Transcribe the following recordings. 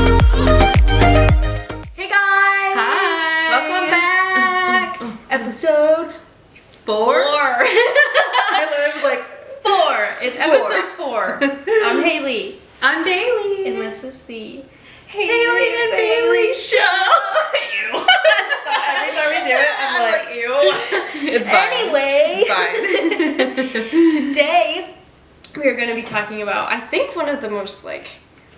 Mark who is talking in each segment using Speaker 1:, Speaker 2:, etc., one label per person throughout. Speaker 1: Anyways, episode four. I'm Haley,
Speaker 2: I'm Bailey.
Speaker 1: and this is the Haley,
Speaker 2: Haley and Bailey
Speaker 1: show.
Speaker 2: Every time we do it, I'm like,
Speaker 1: you.
Speaker 2: It's fine.
Speaker 1: Anyway,
Speaker 2: It's fine.
Speaker 1: today we are going to be talking about, I think, one of the most like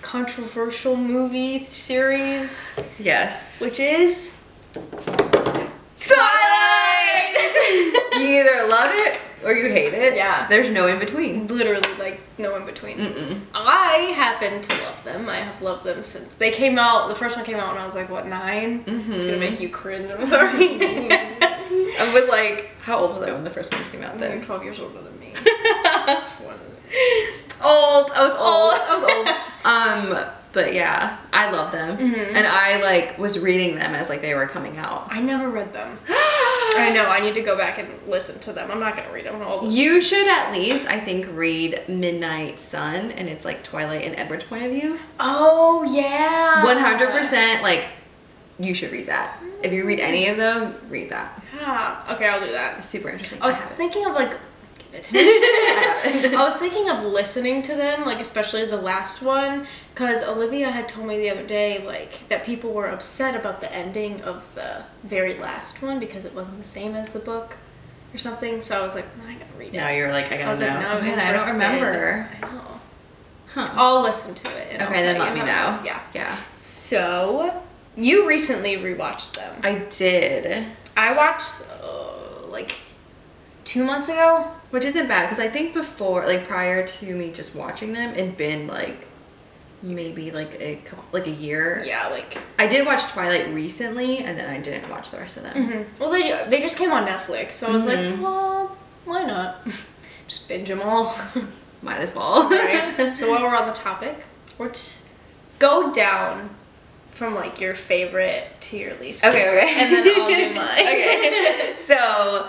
Speaker 1: controversial movie series,
Speaker 2: yes.
Speaker 1: which is
Speaker 2: You either love it or you hate it.
Speaker 1: Yeah.
Speaker 2: There's no in between.
Speaker 1: Literally, like no in between.
Speaker 2: Mm-mm.
Speaker 1: I happen to love them. I have loved them since they came out. The first one came out when I was like, what, 9 It's
Speaker 2: Mm-hmm.
Speaker 1: gonna make you cringe. I'm sorry. You're
Speaker 2: I was like, how old was I when the first one came out then?
Speaker 1: 12 years older than me. That's
Speaker 2: old.
Speaker 1: one. of the-
Speaker 2: I was Mm-hmm. old.
Speaker 1: Old.
Speaker 2: I was old. Um, but yeah, I love them. And I like was reading them as like they were coming out.
Speaker 1: I never read them. I know. I need to go back and listen to them. I'm not gonna read them all.
Speaker 2: You should at least, I think, read Midnight Sun, and it's like Twilight and Edward's point of view.
Speaker 1: Oh yeah.
Speaker 2: One hundred percent, like you should read that. If you read any of them, read that.
Speaker 1: Yeah. Ah, Okay, I'll do that.
Speaker 2: It's super interesting.
Speaker 1: I was
Speaker 2: have it.
Speaker 1: thinking of like. Give it to me. I was thinking of listening to them, like especially the last one, because Olivia had told me the other day, like that people were upset about the ending of the very last one because it wasn't the same as the book or something. So I was like, "Well, I gotta read
Speaker 2: now
Speaker 1: it.
Speaker 2: you're like, I
Speaker 1: I
Speaker 2: gotta
Speaker 1: was
Speaker 2: know. Oh,
Speaker 1: like, no, I'm
Speaker 2: Man, I don't
Speaker 1: interested. Oh,
Speaker 2: remember.
Speaker 1: I know.
Speaker 2: Huh.
Speaker 1: I'll listen to it. And I'll
Speaker 2: okay, then
Speaker 1: tell
Speaker 2: let me
Speaker 1: you
Speaker 2: know.
Speaker 1: how it is. Yeah.
Speaker 2: Yeah.
Speaker 1: So you recently rewatched them.
Speaker 2: I did,
Speaker 1: I watched uh, like two months ago.
Speaker 2: which isn't bad because I think before, like prior to me just watching them, it'd been like maybe like a couple, like a year.
Speaker 1: Yeah, like
Speaker 2: I did watch Twilight recently, and then I didn't watch the rest of them.
Speaker 1: Mm-hmm. Well, they they just came on Netflix, so I was like,
Speaker 2: Mm-hmm.
Speaker 1: well, why not? just binge them all.
Speaker 2: Might as well.
Speaker 1: right. So while we're on the topic, let's go down from like your favorite to your least.
Speaker 2: Okay,
Speaker 1: favorite,
Speaker 2: okay.
Speaker 1: And then I'll do mine.
Speaker 2: okay. So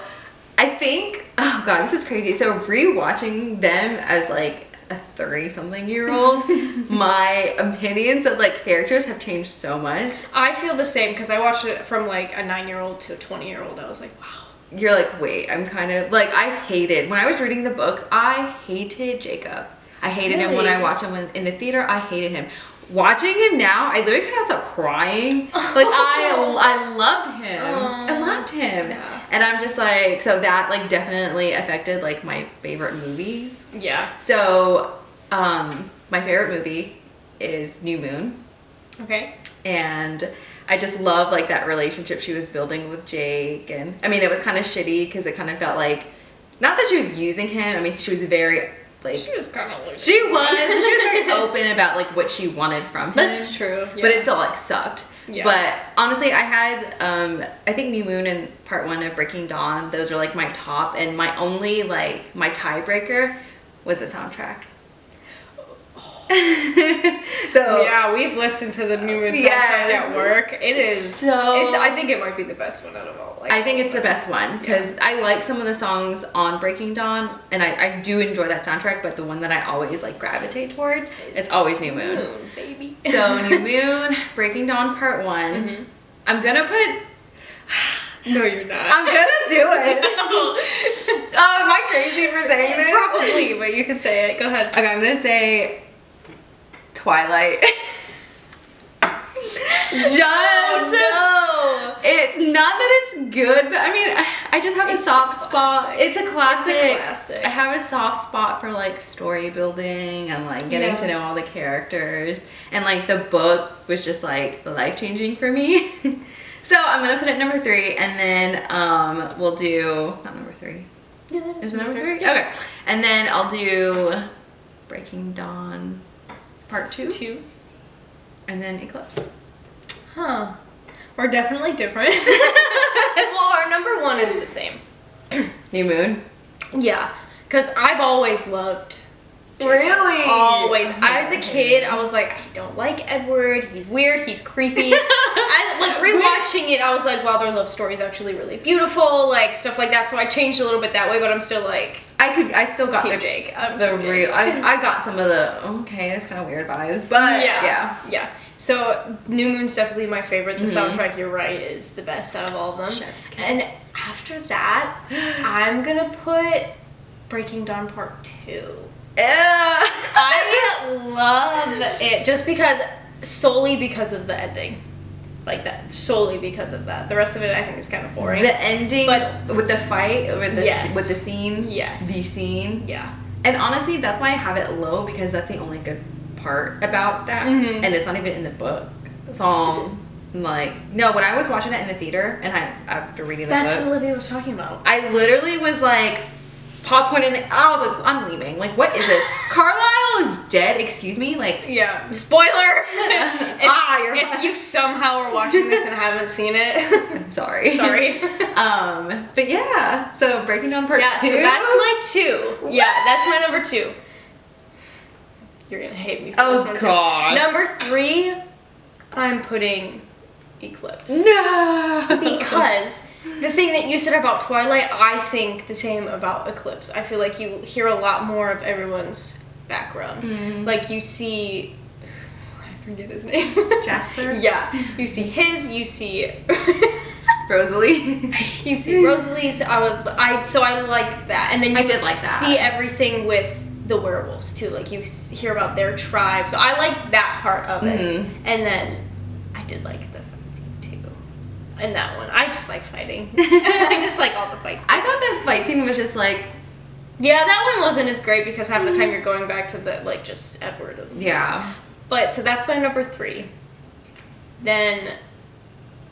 Speaker 2: I think oh god, this is crazy. So rewatching them as like a 30 something year old, my opinions of like characters have changed so much.
Speaker 1: I feel the same because I watched it from like a nine year old to a twenty year old. I was like, wow.
Speaker 2: You're like, wait, I'm kind of like I hated when I was reading the books, I hated Jacob. I hated him when I
Speaker 1: Really?
Speaker 2: watched him in- in the theater. I hated him. Watching him now, I literally couldn't stop crying. Like I, I loved him. I
Speaker 1: Aw.
Speaker 2: loved him.
Speaker 1: Yeah.
Speaker 2: And I'm just like, so that like definitely affected like my favorite movies.
Speaker 1: Yeah.
Speaker 2: So, um, my favorite movie is New Moon,
Speaker 1: Okay.
Speaker 2: and I just love like that relationship she was building with Jake. And I mean, it was kind of shitty because it kind of felt like, not that she was using him. I mean, she was very like
Speaker 1: She was kind of
Speaker 2: she was she was very open about like what she wanted from him.
Speaker 1: That's true.
Speaker 2: Mm-hmm. But
Speaker 1: yeah.
Speaker 2: it still like sucked.
Speaker 1: Yeah.
Speaker 2: But honestly, I had um I think New Moon and Part One of Breaking Dawn. Those are like my top, and my only like my tiebreaker was the soundtrack. so
Speaker 1: Oh. Yeah, we've listened to the new Moon soundtrack
Speaker 2: Yes.
Speaker 1: at work. It is
Speaker 2: So-
Speaker 1: It's, I think it might be the best one out of all. Like,
Speaker 2: I think it's the best one because I like some of the songs on Breaking Dawn, and I, I do enjoy that soundtrack. But the one that I always like gravitate toward is always New Moon.
Speaker 1: Moon, baby.
Speaker 2: So New Moon, Breaking Dawn Part One. I'm gonna put.
Speaker 1: no, you're
Speaker 2: I'm
Speaker 1: not.
Speaker 2: gonna do it. oh, am I crazy for saying this?
Speaker 1: Probably, but you can say it. Go ahead.
Speaker 2: Okay, I'm gonna say Twilight. Just. Oh,
Speaker 1: no.
Speaker 2: It's not that it's good, but I mean, I just have
Speaker 1: It's a
Speaker 2: a soft spot.
Speaker 1: classic.
Speaker 2: It's a classic.
Speaker 1: classic.
Speaker 2: I have a soft spot for like story building and like getting
Speaker 1: Yeah.
Speaker 2: to know all the characters. And like the book was just like life changing for me. so I'm gonna put it number three, and then um, we'll do not number three.
Speaker 1: Yeah, that
Speaker 2: Is it number three? Okay, and then I'll do Breaking Dawn, part two,
Speaker 1: Two.
Speaker 2: and then Eclipse.
Speaker 1: Huh. We're definitely different. well, our number one is the same.
Speaker 2: New Moon.
Speaker 1: Yeah, because I've always loved
Speaker 2: Really?
Speaker 1: Always. I was a kid, I was like, I don't like Edward. He's weird. He's creepy. I like rewatching it. I was like, wow, their love story is actually really beautiful. Like stuff like that. So I changed a little bit that way, but I'm still like
Speaker 2: I could. I still got
Speaker 1: Team
Speaker 2: the,
Speaker 1: Jake. I'm
Speaker 2: the
Speaker 1: Team Jake.
Speaker 2: real. I, I got some of the okay. That's kind of weird vibes, but yeah.
Speaker 1: yeah, Mm-hmm. yeah. So New Moon's definitely my favorite. The soundtrack, you're right, is the best out of all of them.
Speaker 2: Chef's kiss.
Speaker 1: And after that, I'm gonna put Breaking Dawn Part 2.
Speaker 2: I
Speaker 1: I love it just because, solely because of the ending. Like that, solely because of that. The rest of it I think is kind of boring.
Speaker 2: the ending
Speaker 1: But-
Speaker 2: with the fight with the
Speaker 1: Yes.
Speaker 2: with the scene.
Speaker 1: Yes.
Speaker 2: The scene.
Speaker 1: yeah.
Speaker 2: And honestly, that's why I have it low because that's the only good part about that,
Speaker 1: Mhm.
Speaker 2: and it's not even in the book. So I'm like, no. When I was watching that in the theater, and I after reading the
Speaker 1: That's
Speaker 2: book,
Speaker 1: what Olivia was talking about.
Speaker 2: I literally was like popcorn in the I was like, I'm leaving. Like what is this? Carlisle is dead, excuse me? Like
Speaker 1: Yeah. Spoiler! if,
Speaker 2: Ah, you're
Speaker 1: if
Speaker 2: right.
Speaker 1: you somehow are watching this and haven't seen it,
Speaker 2: I'm sorry.
Speaker 1: sorry.
Speaker 2: Um but yeah. So breaking down part
Speaker 1: yeah,
Speaker 2: two.
Speaker 1: so that's my two. Yeah, that's my number two. You're gonna hate me for
Speaker 2: Oh,
Speaker 1: this one. too.
Speaker 2: God.
Speaker 1: Number three, I'm putting Eclipse.
Speaker 2: No
Speaker 1: because the thing that you said about Twilight, I think the same about Eclipse. I feel like you hear a lot more of everyone's background.
Speaker 2: Mm.
Speaker 1: Like you see, I forget his name.
Speaker 2: Jasper?
Speaker 1: yeah, you see his. You see.
Speaker 2: Rosalie.
Speaker 1: you see Rosalie's. I was I so I like that, and then you
Speaker 2: I did like that.
Speaker 1: See everything with the werewolves too. Like you s- hear about their tribes. I liked that part of it,
Speaker 2: Mhm.
Speaker 1: and then I did like the fight scene too. And that one, I just like fighting. I just like all the fights.
Speaker 2: I thought that fight scene was just like
Speaker 1: Yeah, that one wasn't as great because half the time you're going back to the like just Edward. and-
Speaker 2: yeah.
Speaker 1: But so that's my number three. Then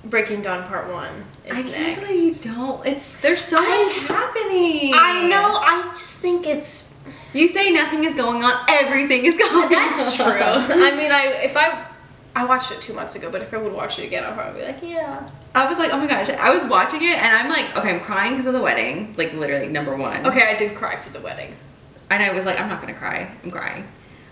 Speaker 1: Breaking Dawn Part One is
Speaker 2: I can't
Speaker 1: next.
Speaker 2: believe you don't it's there's so
Speaker 1: I
Speaker 2: much
Speaker 1: just-
Speaker 2: happening.
Speaker 1: I know. I just think it's
Speaker 2: You say nothing is going on, everything is going
Speaker 1: That's true.
Speaker 2: on.
Speaker 1: I mean, I if I I watched it two months ago, but if I would watch it again, I'd probably be like, yeah.
Speaker 2: I was like, oh my gosh, I was watching it and I'm like, okay, I'm crying because of the wedding, like literally number one.
Speaker 1: Okay, I did cry for the wedding.
Speaker 2: And I was like, I'm not gonna cry, I'm crying.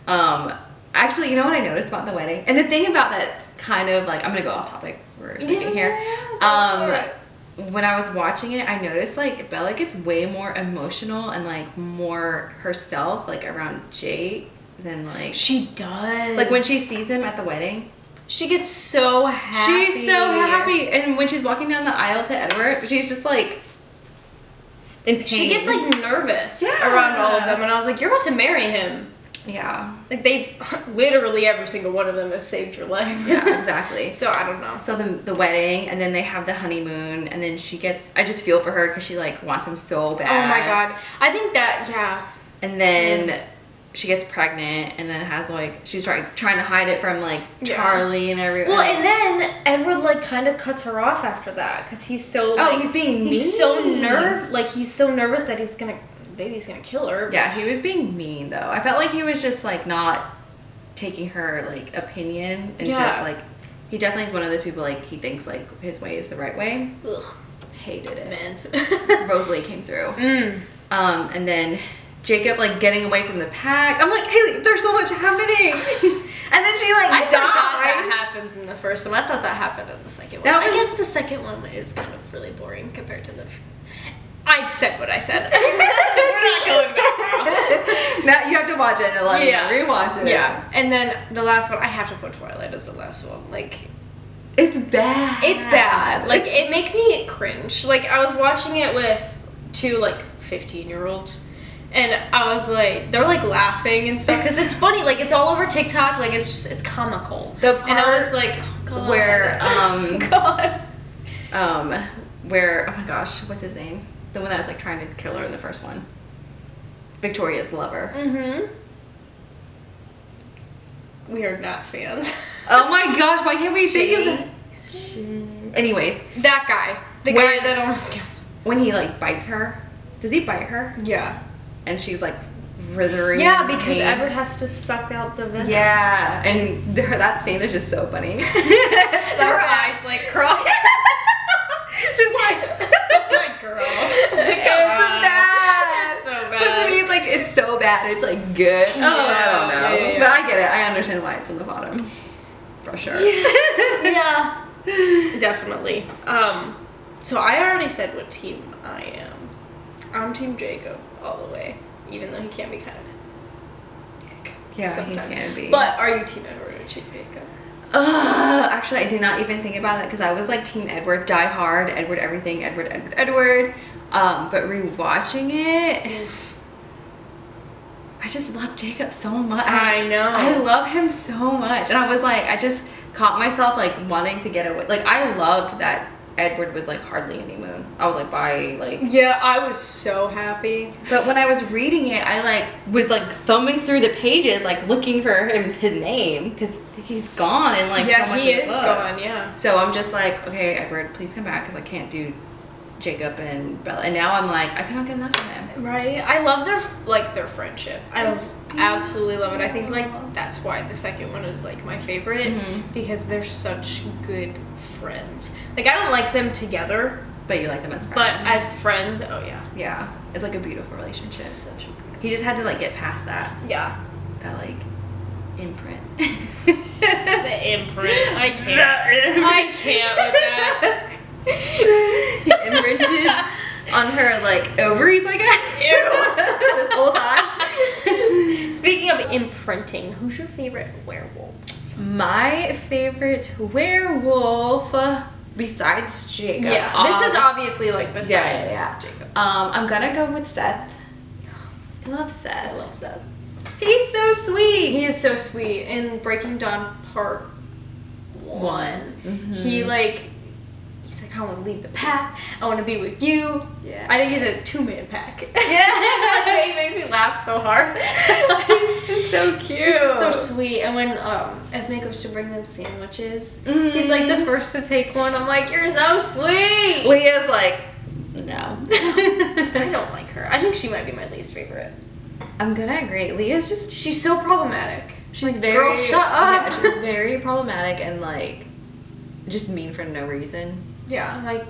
Speaker 2: Um, actually, you know what I noticed about the wedding? And the thing about that kind of like, I'm gonna go off topic for a second here.
Speaker 1: Yeah, go for it.
Speaker 2: Um, when I was watching it, I noticed like Bella gets way more emotional and like more herself, like around Jake than like,
Speaker 1: She does.
Speaker 2: like when she sees him at the wedding,
Speaker 1: she gets so happy.
Speaker 2: She's so happy, and when she's walking down the aisle to Edward, she's just like in pain.
Speaker 1: She gets like nervous
Speaker 2: Yeah.
Speaker 1: around all of them, and I was like, you're about to marry him.
Speaker 2: yeah,
Speaker 1: Like they literally every single one of them have saved your life.
Speaker 2: yeah, exactly.
Speaker 1: so I don't know.
Speaker 2: So the the wedding, and then they have the honeymoon, and then she gets. I just feel for her because she like wants him so bad.
Speaker 1: Oh my god. Mm. I think that yeah.
Speaker 2: And then she gets pregnant, and then has like she's trying trying to hide it from like
Speaker 1: Yeah.
Speaker 2: Charlie and everyone.
Speaker 1: Well, and then Edward like kind of cuts her off after that because he's so
Speaker 2: oh,
Speaker 1: like,
Speaker 2: he's being mean.
Speaker 1: He's so nerve like he's so nervous that he's gonna baby's gonna kill her.
Speaker 2: Yeah, he was being mean though. I felt like he was just like not taking her like opinion and just
Speaker 1: Yeah.
Speaker 2: like he definitely is one of those people like he thinks like his way is the right way.
Speaker 1: Ugh,
Speaker 2: Hated it.
Speaker 1: man.
Speaker 2: Rosalie came through.
Speaker 1: mm.
Speaker 2: Um and then Jacob like getting away from the pack. I'm like, Haley, there's so much happening. and then she
Speaker 1: I
Speaker 2: like
Speaker 1: forgot
Speaker 2: died.
Speaker 1: that happens in the first one. I thought that happened in the second one.
Speaker 2: That
Speaker 1: I
Speaker 2: was-
Speaker 1: guess the second one is kind of really boring compared to the. I said what I said. We're not going back now.
Speaker 2: now you have to watch it and then
Speaker 1: Yeah.
Speaker 2: yeah. rewatch it.
Speaker 1: Yeah, and then the last one I have to put Twilight as the last one. Like
Speaker 2: It's bad.
Speaker 1: It's bad. Like
Speaker 2: It's-
Speaker 1: it makes me cringe. Like I was watching it with two like 15 year olds and I was like they're like laughing and stuff cuz it's funny like it's all over TikTok like it's just it's comical.
Speaker 2: The
Speaker 1: and I was
Speaker 2: part
Speaker 1: like oh, god. Oh,
Speaker 2: where, um,
Speaker 1: god.
Speaker 2: um where oh my gosh what's his name the one that was like trying to kill her in the first one victoria's lover
Speaker 1: Mhm. We are not fans.
Speaker 2: oh my gosh why can't we think of
Speaker 1: Shitty.
Speaker 2: that? anyways
Speaker 1: That guy. The
Speaker 2: Where-
Speaker 1: guy that almost killed. him.
Speaker 2: when he like bites her does he bite her
Speaker 1: Yeah.
Speaker 2: and she's like writhing
Speaker 1: Yeah,
Speaker 2: in
Speaker 1: because
Speaker 2: pain.
Speaker 1: Edward has to suck out the venom.
Speaker 2: yeah and there, that scene is just so funny
Speaker 1: Her eyes like crossed.
Speaker 2: she's like
Speaker 1: my girl. It's
Speaker 2: It's bad.
Speaker 1: So bad.
Speaker 2: But to me, it's like it's so bad. It's like good. Oh, I don't
Speaker 1: Yeah,
Speaker 2: know.
Speaker 1: yeah, yeah.
Speaker 2: But I get it. I understand why it's on the bottom, for sure.
Speaker 1: yeah. Definitely. Um, so I already said what team I am. I'm Team Jacob all the way, even though he can be kind of a dick
Speaker 2: Yeah, he
Speaker 1: sometimes.
Speaker 2: can be.
Speaker 1: But are you Team Edward or Team Jacob?
Speaker 2: Ugh, actually, I did not even think about that because I was like Team Edward, Die Hard, Edward everything, Edward, Edward, Edward. Um, but rewatching it, I just love Jacob so much.
Speaker 1: I know.
Speaker 2: I love him so much. And I was like, I just caught myself like wanting to get away. Like I loved that Edward was like hardly any moon. I was like, bye, like
Speaker 1: Yeah, I was so happy.
Speaker 2: but when I was reading it, I like was like thumbing through the pages, like looking for him, his name, because he's gone and like
Speaker 1: yeah,
Speaker 2: so much
Speaker 1: he
Speaker 2: of the
Speaker 1: is
Speaker 2: book.
Speaker 1: gone. Yeah.
Speaker 2: So I'm just like, okay, Edward, please come back because I can't do Jacob and Bella. And now I'm like, I cannot get enough of him.
Speaker 1: Right. I love their like their friendship. I
Speaker 2: It's
Speaker 1: absolutely love it. I think like
Speaker 2: beautiful.
Speaker 1: that's why the second one is like my favorite
Speaker 2: Mhm.
Speaker 1: because they're such good friends. Like I don't like them together,
Speaker 2: But you like them as friends.
Speaker 1: but as friends, oh yeah.
Speaker 2: yeah, it's like a beautiful relationship.
Speaker 1: Mm-hmm. It's such a-
Speaker 2: He just had to like get past that
Speaker 1: yeah.
Speaker 2: that like imprint.
Speaker 1: The imprint. I can't.
Speaker 2: I
Speaker 1: I can't with that.
Speaker 2: he imprinted on her like ovaries, I guess.
Speaker 1: Ew.
Speaker 2: this whole time.
Speaker 1: Speaking of imprinting, who's your favorite werewolf?
Speaker 2: My favorite werewolf uh, besides Jacob.
Speaker 1: Yeah.
Speaker 2: um,
Speaker 1: this is obviously like besides
Speaker 2: yeah, yeah.
Speaker 1: Jacob.
Speaker 2: Um, I'm gonna go with Seth. I love
Speaker 1: I
Speaker 2: Seth.
Speaker 1: love Seth.
Speaker 2: He's so sweet.
Speaker 1: He is so sweet. In Breaking Dawn Part One,
Speaker 2: Mhm.
Speaker 1: he like he's like, I want to lead the pack. I want to be with you.
Speaker 2: Yeah.
Speaker 1: I think he's a two man pack.
Speaker 2: Yeah.
Speaker 1: he makes me laugh so hard.
Speaker 2: He's just so
Speaker 1: He's just so
Speaker 2: cute.
Speaker 1: sweet. And when um, Esme goes to bring them sandwiches, he's like the
Speaker 2: Mhm.
Speaker 1: first to take one. I'm like, you're so sweet.
Speaker 2: Leah's like, no.
Speaker 1: I don't like her. I think she might be my least favorite.
Speaker 2: I'm gonna agree. Leah's just
Speaker 1: She's so problematic.
Speaker 2: she's
Speaker 1: Like,
Speaker 2: very
Speaker 1: girl, shut up.
Speaker 2: Yeah, she's very problematic and like just mean for no reason.
Speaker 1: Yeah, like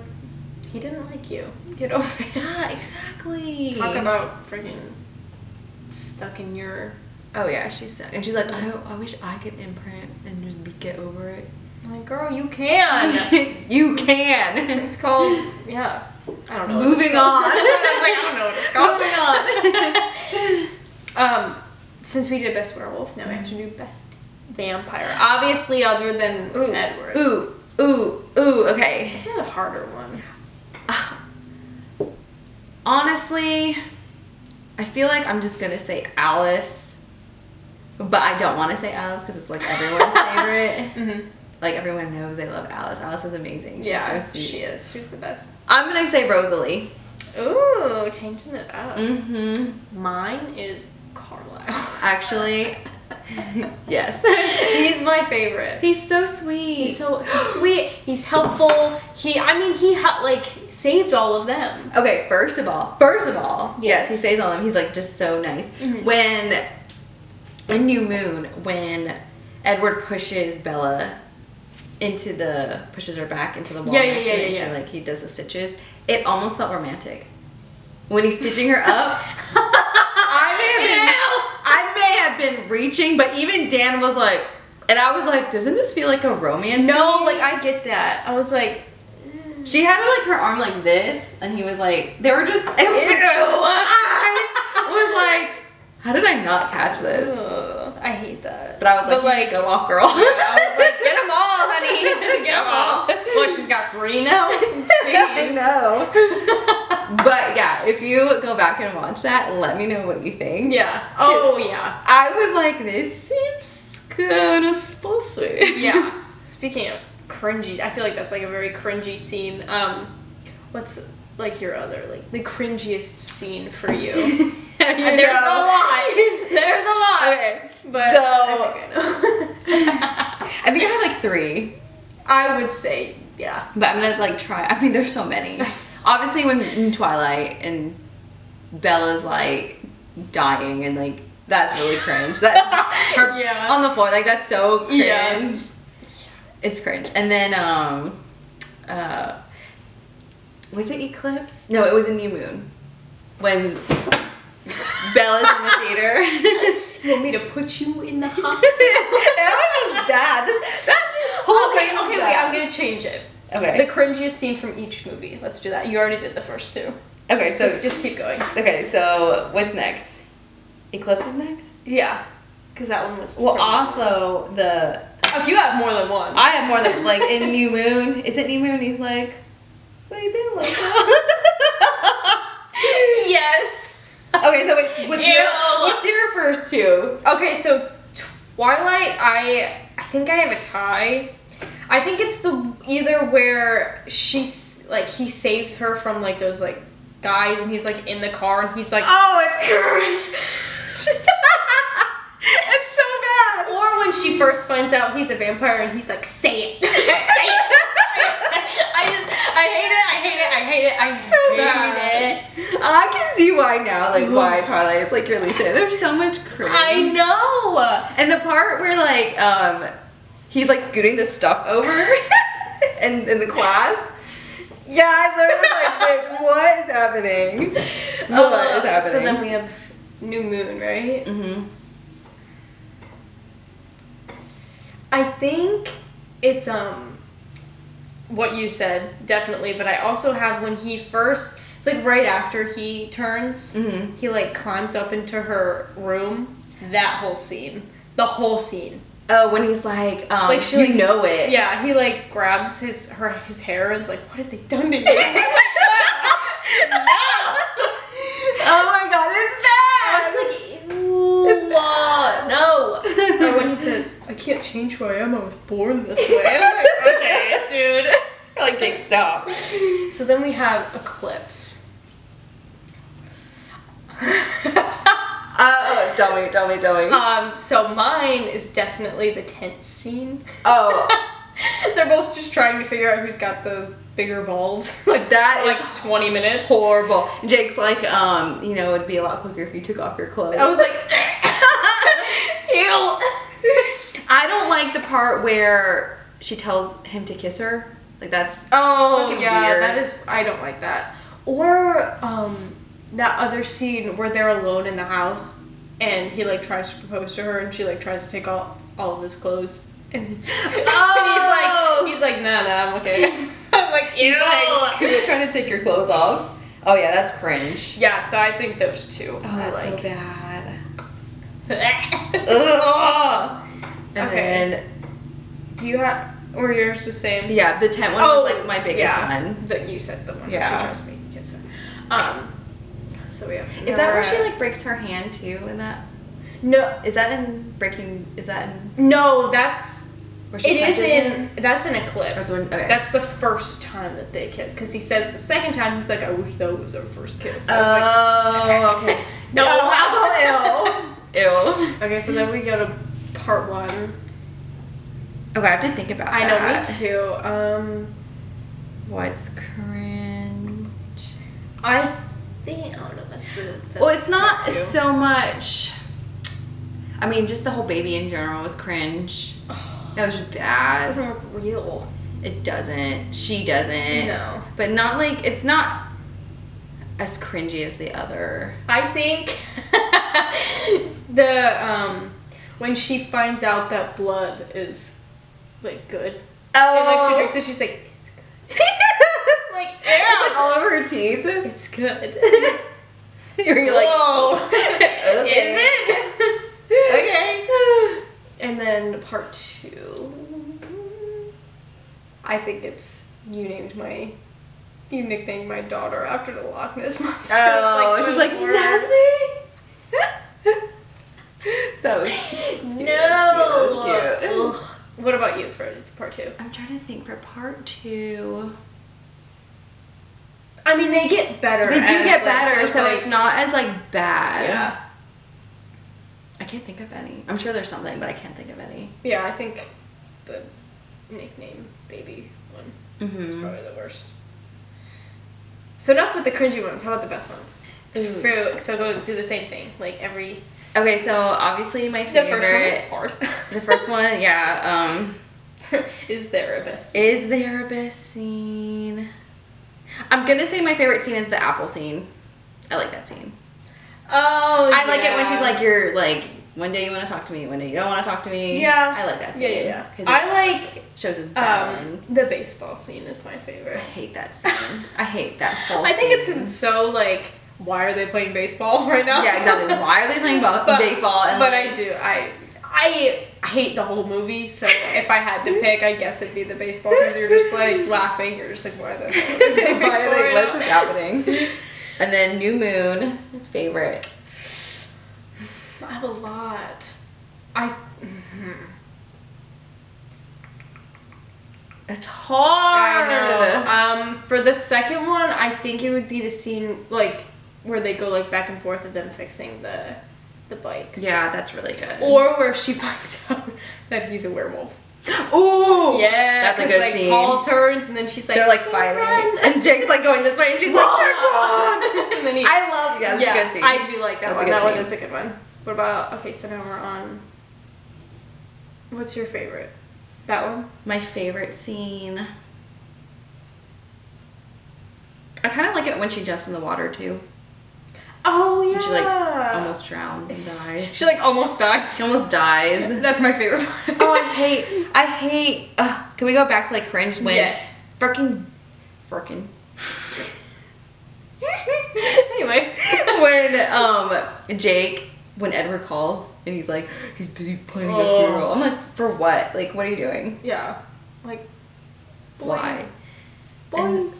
Speaker 1: he didn't like you. Get over it.
Speaker 2: Yeah, exactly.
Speaker 1: Talk about freaking stuck in your.
Speaker 2: Oh yeah, she's sad. and she's like, oh, I wish I could imprint and just be, get over it.
Speaker 1: I'm like, girl, you can.
Speaker 2: you can.
Speaker 1: it's called yeah. I don't know. what
Speaker 2: Moving
Speaker 1: it's called.
Speaker 2: on.
Speaker 1: I was like, I don't know what it's called.
Speaker 2: Moving on.
Speaker 1: um, since we did best werewolf, now we have to do best vampire. Obviously, other than Edward.
Speaker 2: Ooh, ooh, ooh. Okay.
Speaker 1: It's not a harder one.
Speaker 2: Honestly, I feel like I'm just gonna say Alice, but I don't want to say Alice because it's like everyone's favorite.
Speaker 1: Mm-hmm.
Speaker 2: Like everyone knows they love Alice. Alice is amazing. She's
Speaker 1: Yeah,
Speaker 2: so sweet.
Speaker 1: she is. She's the best.
Speaker 2: I'm gonna say Rosalie.
Speaker 1: Ooh, changing it up.
Speaker 2: Mm-hmm.
Speaker 1: Mine is Carlisle.
Speaker 2: Actually, yes.
Speaker 1: He's my favorite.
Speaker 2: He's so sweet.
Speaker 1: He's so he's sweet. He's helpful. He, I mean, he ha- like saved all of them.
Speaker 2: Okay, first of all, first of all,
Speaker 1: Yes.
Speaker 2: yes, he stays on him. He's like just so nice.
Speaker 1: Mhm.
Speaker 2: When in New Moon, when Edward pushes Bella into the pushes her back into the wall,
Speaker 1: Yeah, yeah,
Speaker 2: next
Speaker 1: yeah,
Speaker 2: to
Speaker 1: yeah,
Speaker 2: it, and she,
Speaker 1: yeah.
Speaker 2: like he does the stitches. It almost felt romantic when he's stitching her up. I may have been, I may have been reaching, but even Dan was like, and I was like, doesn't this feel like a romance?
Speaker 1: No,
Speaker 2: scene?"
Speaker 1: like I get that. I was like,
Speaker 2: She had like her arm like this, and he was like, they were just. It, I was like, how did I not catch this?
Speaker 1: Ugh, I hate that.
Speaker 2: But I was like,
Speaker 1: But, like-
Speaker 2: you go off, girl.
Speaker 1: I was like, get them all, honey. Get them all. Well, she's got three now.
Speaker 2: I
Speaker 1: Jeez.
Speaker 2: know. but yeah, if you go back and watch that, let me know what you think.
Speaker 1: Yeah. Oh yeah.
Speaker 2: I was like, this seems kind of spicy.
Speaker 1: Yeah. Speaking of cringy, I feel like that's like a very cringy scene. Um, what's like your other like the cringiest scene for you? And there's a lot. There's a lot.
Speaker 2: Okay.
Speaker 1: But
Speaker 2: So-
Speaker 1: I think I know.
Speaker 2: I think I have like three.
Speaker 1: I would say, yeah.
Speaker 2: But I'm gonna like try. I mean, there's so many. Obviously, when in Twilight and Bella's like dying and like that's really cringe. That her
Speaker 1: Yeah.
Speaker 2: on the floor like that's so cringe.
Speaker 1: Yeah.
Speaker 2: It's cringe. And then um, uh, was it Eclipse? No, it was a New Moon when Bella's in the theater.
Speaker 1: You want me to put you in the
Speaker 2: that was just bad. That's, that's just whole
Speaker 1: okay,
Speaker 2: thing was
Speaker 1: okay, wait,
Speaker 2: bad.
Speaker 1: I'm gonna change it.
Speaker 2: okay.
Speaker 1: The cringiest scene from each movie. Let's do that. You already did the first two.
Speaker 2: Okay, so
Speaker 1: So just keep going.
Speaker 2: okay, so what's next? Eclipse is next.
Speaker 1: Yeah. Because that one was.
Speaker 2: Well,
Speaker 1: from-
Speaker 2: also the
Speaker 1: If you have more than one.
Speaker 2: I have more than like in New Moon. Is it New Moon? He's like, what you been like? okay,
Speaker 1: yes.
Speaker 2: so what's, what's your
Speaker 1: Ew.
Speaker 2: what's your first two?
Speaker 1: Okay, so Twilight, I I think I have a tie. I think it's the either where she's like he saves her from like those like guys and he's like in the car and he's like
Speaker 2: Oh, it's it's so bad.
Speaker 1: or when she first finds out he's a vampire and he's like say it. say it. I just I hate it. I hate it. I hate it. I
Speaker 2: So
Speaker 1: hate
Speaker 2: bad.
Speaker 1: it.
Speaker 2: I can see why now, like why Twilight is like your least favorite. There's so much cringe.
Speaker 1: I know.
Speaker 2: And the part where like um he's like scooting the stuff over in, in the class. Yeah, I literally was like, bitch, what is happening? What
Speaker 1: Uh,
Speaker 2: is
Speaker 1: So
Speaker 2: happening?
Speaker 1: then we have New Moon, right?
Speaker 2: mm-hmm.
Speaker 1: I think it's um what you said definitely, but I also have when he first it's like right after he turns,
Speaker 2: Mhm.
Speaker 1: he like climbs up into her room. That whole scene, the whole scene.
Speaker 2: Oh, when he's like, um,
Speaker 1: Like, she,
Speaker 2: you
Speaker 1: like-
Speaker 2: know it.
Speaker 1: Yeah, he like grabs his her his hair and's like, "What have they done to you?"
Speaker 2: Oh my god, it's bad.
Speaker 1: I was like, "Ew, uh, no." Or when he says, "I can't change who I am. I was born this way." I'm like, "Okay, dude."
Speaker 2: like, Jake, stop.
Speaker 1: So then we have Eclipse.
Speaker 2: Uh, oh, tell me, tell me, tell me.
Speaker 1: um, so mine is definitely the tent scene.
Speaker 2: oh,
Speaker 1: They're both just trying to figure out who's got the bigger balls. like
Speaker 2: That is
Speaker 1: like 20 minutes.
Speaker 2: horrible. Jake's like, um, you know, it'd be a lot quicker if you took off your clothes.
Speaker 1: I was like, ew.
Speaker 2: I don't like the part where she tells him to kiss her. Like that's
Speaker 1: Oh
Speaker 2: Fucking
Speaker 1: yeah,
Speaker 2: weird.
Speaker 1: that is. I don't like that. Or um, that other scene where they're alone in the house, and he like tries to propose to her, and she like tries to take all all of his clothes, and,
Speaker 2: Oh!
Speaker 1: and he's like, he's like, nah, nah, I'm okay. I'm like, ew.
Speaker 2: like trying to take your clothes off. Oh yeah, that's cringe.
Speaker 1: yeah, so I think those two.
Speaker 2: Oh, that's
Speaker 1: I
Speaker 2: so
Speaker 1: like.
Speaker 2: bad.
Speaker 1: Ugh.
Speaker 2: And
Speaker 1: Okay.
Speaker 2: then
Speaker 1: You have or yours the same.
Speaker 2: yeah, the tent one
Speaker 1: Oh,
Speaker 2: was like my biggest
Speaker 1: yeah.
Speaker 2: one.
Speaker 1: That you said the one. where
Speaker 2: Yeah.
Speaker 1: She tries to make you kiss her. Um. So we have.
Speaker 2: Is that where she
Speaker 1: Nora.
Speaker 2: like breaks her hand too? In that
Speaker 1: No.
Speaker 2: is that in breaking? Is that in
Speaker 1: No, that's
Speaker 2: where she
Speaker 1: it is
Speaker 2: punches
Speaker 1: in
Speaker 2: him?
Speaker 1: that's an eclipse.
Speaker 2: That's the one- okay.
Speaker 1: That's the first time that they kiss because he says the second time he's like, I wish that was our first kiss. I was like,
Speaker 2: Oh, okay.
Speaker 1: no,
Speaker 2: that's all ill. Ew.
Speaker 1: okay, so then we go to part one.
Speaker 2: Okay, I have to think about
Speaker 1: I know,
Speaker 2: that.
Speaker 1: me too. Um,
Speaker 2: What's cringe?
Speaker 1: I think oh no, that's the. That's
Speaker 2: well, it's not
Speaker 1: part two.
Speaker 2: so much. I mean, just the whole baby in general was cringe. That was
Speaker 1: It
Speaker 2: bad.
Speaker 1: doesn't look real.
Speaker 2: it doesn't. She doesn't.
Speaker 1: No,
Speaker 2: But not like it's not as cringy as the other.
Speaker 1: I think the um when she finds out that blood is like good and like she drinks it, she's like, it's good.
Speaker 2: Oh. like,
Speaker 1: yeah.
Speaker 2: like all over her teeth.
Speaker 1: It's good.
Speaker 2: You're like,
Speaker 1: Whoa.
Speaker 2: okay.
Speaker 1: Is it? okay. And then part two. I think it's you named my. You nicknamed my daughter after the Loch Ness monster.
Speaker 2: Oh,
Speaker 1: It's
Speaker 2: she's like,
Speaker 1: the worst.
Speaker 2: Nessie. that was
Speaker 1: no.
Speaker 2: That was cute. That was cute.
Speaker 1: Ugh. What about you for part two?
Speaker 2: I'm trying to think for part two.
Speaker 1: I mean, they get better.
Speaker 2: They do
Speaker 1: as,
Speaker 2: get
Speaker 1: like,
Speaker 2: better, so
Speaker 1: like-
Speaker 2: it's not as like bad.
Speaker 1: Yeah.
Speaker 2: I can't think of any. I'm sure there's something, but I can't think of any.
Speaker 1: Yeah, I think the nickname baby one. It's
Speaker 2: Mm-hmm.
Speaker 1: probably the worst. So enough with the cringy ones. How about the best ones?
Speaker 2: Ooh.
Speaker 1: Fruit. So go do the same thing. Like every
Speaker 2: Okay, so obviously my
Speaker 1: the first one is
Speaker 2: favorite,
Speaker 1: hard.
Speaker 2: the first one, yeah. Um,
Speaker 1: is there a best?
Speaker 2: is there a best scene? I'm gonna say my favorite scene is the apple scene. I like that scene.
Speaker 1: Oh,
Speaker 2: I like it when
Speaker 1: yeah.
Speaker 2: she's like, "You're like, one day you want to talk to me, one day you don't want to talk to me."
Speaker 1: Yeah.
Speaker 2: I like that
Speaker 1: Yeah,
Speaker 2: scene.
Speaker 1: yeah, yeah.
Speaker 2: Because it
Speaker 1: I like
Speaker 2: shows his balance.
Speaker 1: um the baseball scene is my
Speaker 2: I
Speaker 1: favorite.
Speaker 2: hate that scene. I hate that whole.
Speaker 1: I think it's
Speaker 2: scene.
Speaker 1: because it's so like why are they playing baseball right now?
Speaker 2: yeah, exactly. Why are they playing bo-
Speaker 1: but,
Speaker 2: baseball? And
Speaker 1: but
Speaker 2: like,
Speaker 1: I do. I I hate the whole movie. So if I had to pick, I guess it'd be the baseball because you're just like laughing. You're just like, why the hell are they playing
Speaker 2: Why
Speaker 1: baseball
Speaker 2: are they-
Speaker 1: right
Speaker 2: what is
Speaker 1: now?
Speaker 2: this happening? And then New Moon, favorite.
Speaker 1: I have a lot.
Speaker 3: I
Speaker 2: It's
Speaker 1: I
Speaker 2: hard.
Speaker 1: know. Um, for the second one, I think it would be the scene like where they go like back and forth of them fixing the the bikes.
Speaker 2: Yeah, that's really good.
Speaker 1: Or where she finds out that he's a werewolf.
Speaker 2: Ooh.
Speaker 1: Yeah,
Speaker 2: That's a
Speaker 1: 'cause,
Speaker 2: good
Speaker 1: like,
Speaker 2: scene.
Speaker 1: Paul turns and then she's like,
Speaker 2: They're like
Speaker 1: "Jake,
Speaker 2: fighting,
Speaker 1: run."
Speaker 2: and Jake's like going this way, and she's like, "Jake, run!"
Speaker 1: and then he,
Speaker 2: I love. Yeah, that's
Speaker 1: yeah,
Speaker 2: a good scene.
Speaker 1: I do like
Speaker 2: That's
Speaker 1: that
Speaker 2: a
Speaker 1: one.
Speaker 2: good
Speaker 1: That one
Speaker 2: scene.
Speaker 1: is a good one. What about okay? So now we're on. What's your favorite? That one.
Speaker 2: My favorite scene. I kind of like it when she jumps in the water too.
Speaker 1: Oh yeah.
Speaker 2: And she like almost drowns and dies.
Speaker 1: She like almost dies.
Speaker 2: She almost dies.
Speaker 1: That's my favorite part.
Speaker 2: oh, I hate. I hate. Ugh, can we go back to like cringe when
Speaker 1: Yes.
Speaker 2: freaking, freaking
Speaker 1: anyway.
Speaker 2: when um Jake when Edward calls and he's like he's busy planning a
Speaker 1: Oh.
Speaker 2: funeral. I'm like for what? Like what are you doing?
Speaker 1: Yeah. Like. boy,
Speaker 2: Why?
Speaker 1: Boy.
Speaker 2: And-